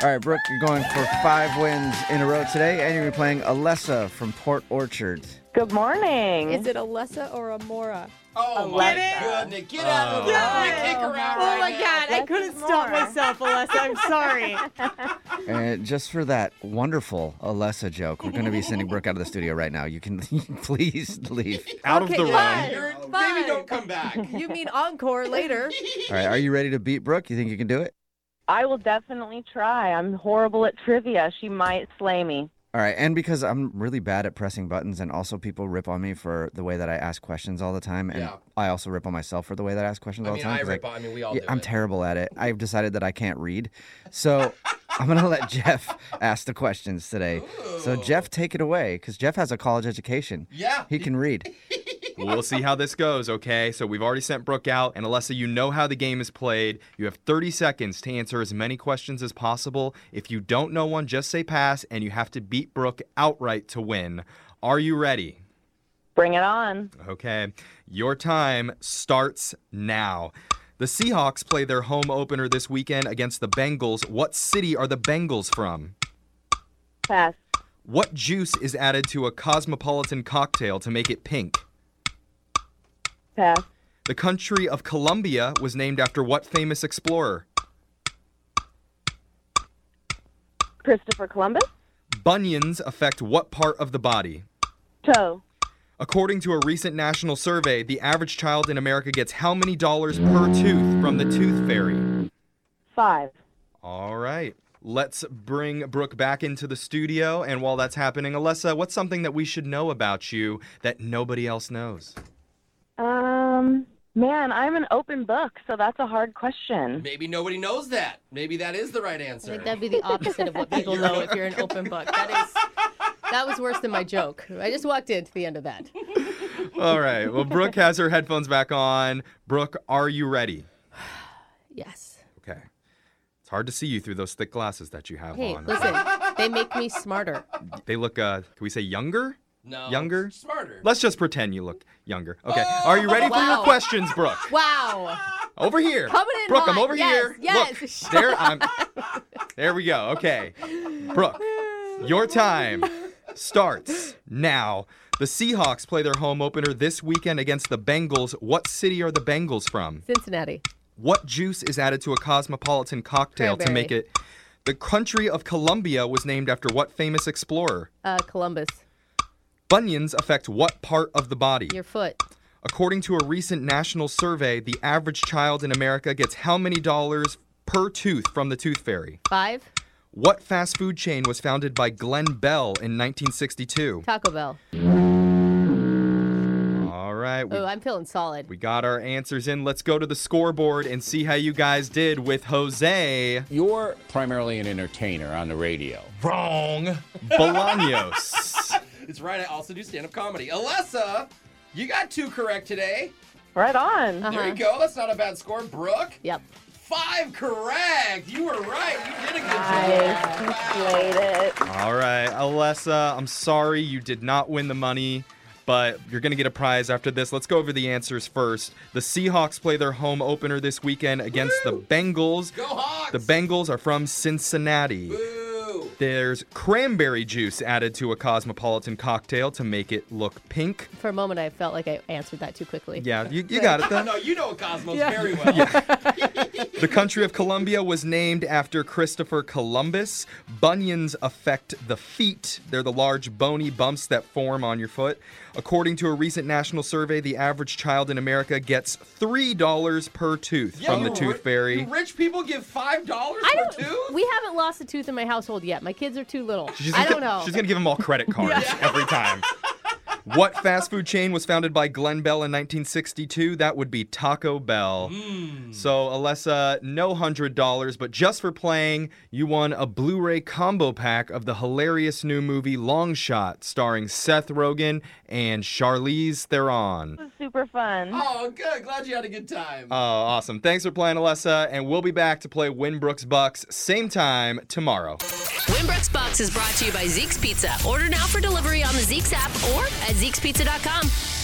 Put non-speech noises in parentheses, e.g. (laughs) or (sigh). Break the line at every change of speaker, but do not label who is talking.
All right, Brooke, you're going for five wins in a row today, and you're going to be playing Alessa from Port Orchard.
Good morning.
Is it Alessa or Amora?
Oh
Get
my
it?
goodness! Get out of the
Yeah.
room! Kick her out
Oh
right
my
now.
God! I
Less
couldn't
is
stop
more.
myself, Alessa. (laughs) I'm sorry.
And just for that wonderful Alessa joke, we're going to be sending Brooke out of the studio right now. You can (laughs) please leave.
Out
Okay,
of the
fine.
room.
You're,
Fine.
maybe don't come (laughs) back.
(laughs) You mean encore (laughs) later?
All right, are you ready to beat Brooke? You think you can do it?
I will definitely try. I'm horrible at trivia. She might slay me.
All right, and because I'm really bad at pressing buttons, and also people rip on me for the way that I ask questions all the time, and
Yeah.
I also rip on myself for the way that I ask questions
I
all
mean,
the time.
I
'cause
rip. I mean, we all
yeah,
do
I'm
it.
terrible at it. I've decided that I can't read, so (laughs) I'm gonna let Jeff
(laughs)
ask the questions today. So
Ooh.
Jeff, take it away, because Jeff has a college education.
Yeah.
He can read.
We'll see how this goes, okay? So we've already sent Brooke out, and Alessa, you know how the game is played. You have 30 seconds to answer as many questions as possible. If you don't know one, just say pass, and you have to beat Brooke outright to win. Are you ready?
Bring it on.
Okay. Your time starts now. The Seahawks play their home opener this weekend against the Bengals. What city are the Bengals from?
Pass.
What juice is added to a cosmopolitan cocktail to make it pink?
Pass.
The country of Colombia was named after what famous explorer?
Christopher Columbus?
Bunions affect what part of the body?
Toe.
According to a recent national survey, the average child in America gets how many dollars per tooth from the tooth fairy?
Five.
All right. Let's bring Brooke back into the studio. And while that's happening, Alessa, what's something that we should know about you that nobody else knows?
Um, man, I'm an open book, so that's a hard question.
Maybe nobody knows that. Maybe that is the right
I
answer.
think that'd be the opposite of what (laughs) people
You're-
know if you're an open book. That is. That was worse than my joke. I just walked into the end of that.
All right. Well, Brooke has her headphones back on. Brooke, are you ready?
Yes.
Okay. It's hard to see you through those thick glasses that you have
Hey,
on.
listen. They make me smarter.
They look, uh, can we say younger?
no.
Younger?
Smarter.
Let's just pretend you look younger. Okay. Are you ready for your
Wow.
questions, Brooke?
Wow.
Over here.
Coming in
Brooke, I'm
hot.
over
Yes,
here.
yes.
Look, there I'm. (laughs) There we go. Okay. Brooke, your time starts now. The Seahawks play their home opener this weekend against the Bengals. What city are the Bengals from?
Cincinnati.
What juice is added to a cosmopolitan cocktail to
Cranberry.
make it? The country of Colombia was named after what famous explorer?
Uh, Columbus.
Bunions affect what part of the body?
Your foot.
According to a recent national survey, the average child in America gets how many dollars per tooth from the tooth fairy?
Five.
What fast food chain was founded by Glenn Bell in 1962?
Taco Bell.
All right, we,
Oh, I'm feeling solid.
we got our answers in. Let's go to the scoreboard and see how you guys did with Jose
You're primarily an entertainer on the radio.
Wrong Bolaños.
It's right. I also do stand up comedy. Alessa, you got two correct today.
Right on.
Uh-huh.
There you go. That's not a bad score. Brooke,
Yep.
five correct. You were right. You did a good
Nice. You
job. Wow.
slayed it.
All right, Alessa, I'm sorry you did not win the money, but you're going to get a prize after this. Let's go over the answers first. The Seahawks play their home opener this weekend against the Bengals.
Go Hawks.
The Bengals are from Cincinnati.
Boo.
There's cranberry juice added to a cosmopolitan cocktail to make it look pink.
For a moment, I felt like I answered that too quickly.
Yeah, you, you got it
(laughs)
though.
No, you know Cosmos
Yeah. (laughs)
very well.
The country of Colombia was named after Christopher Columbus. Bunions affect the feet. They're the large bony bumps that form on your foot. According to a recent national survey, the average child in America gets $3 per tooth
Yeah,
from the
you
tooth
ri-
fairy.
you Rich people give five dollars
I
for
don't.
two.
We haven't lost a tooth in my household yet. My kids are too little.
She's
I
gonna-
don't know.
She's going to give them
(laughs)
all credit cards every time. What fast food chain was founded by Glenn Bell in 1962? That would be Taco Bell. So, Alessa, no $100, but just for playing, you won a Blu ray combo pack of the hilarious new movie Long Shot, starring Seth Rogen and Charlize Theron.
This is super fun.
Oh, good. Glad you had a good time.
Oh, awesome. Thanks for playing, Alessa, and we'll be back to play Winbrooks Bucks same time tomorrow.
Winbrook's Box is brought to you by Zeke's Pizza. Order now for delivery on the Zeke's app or at Zeke'sPizza.com.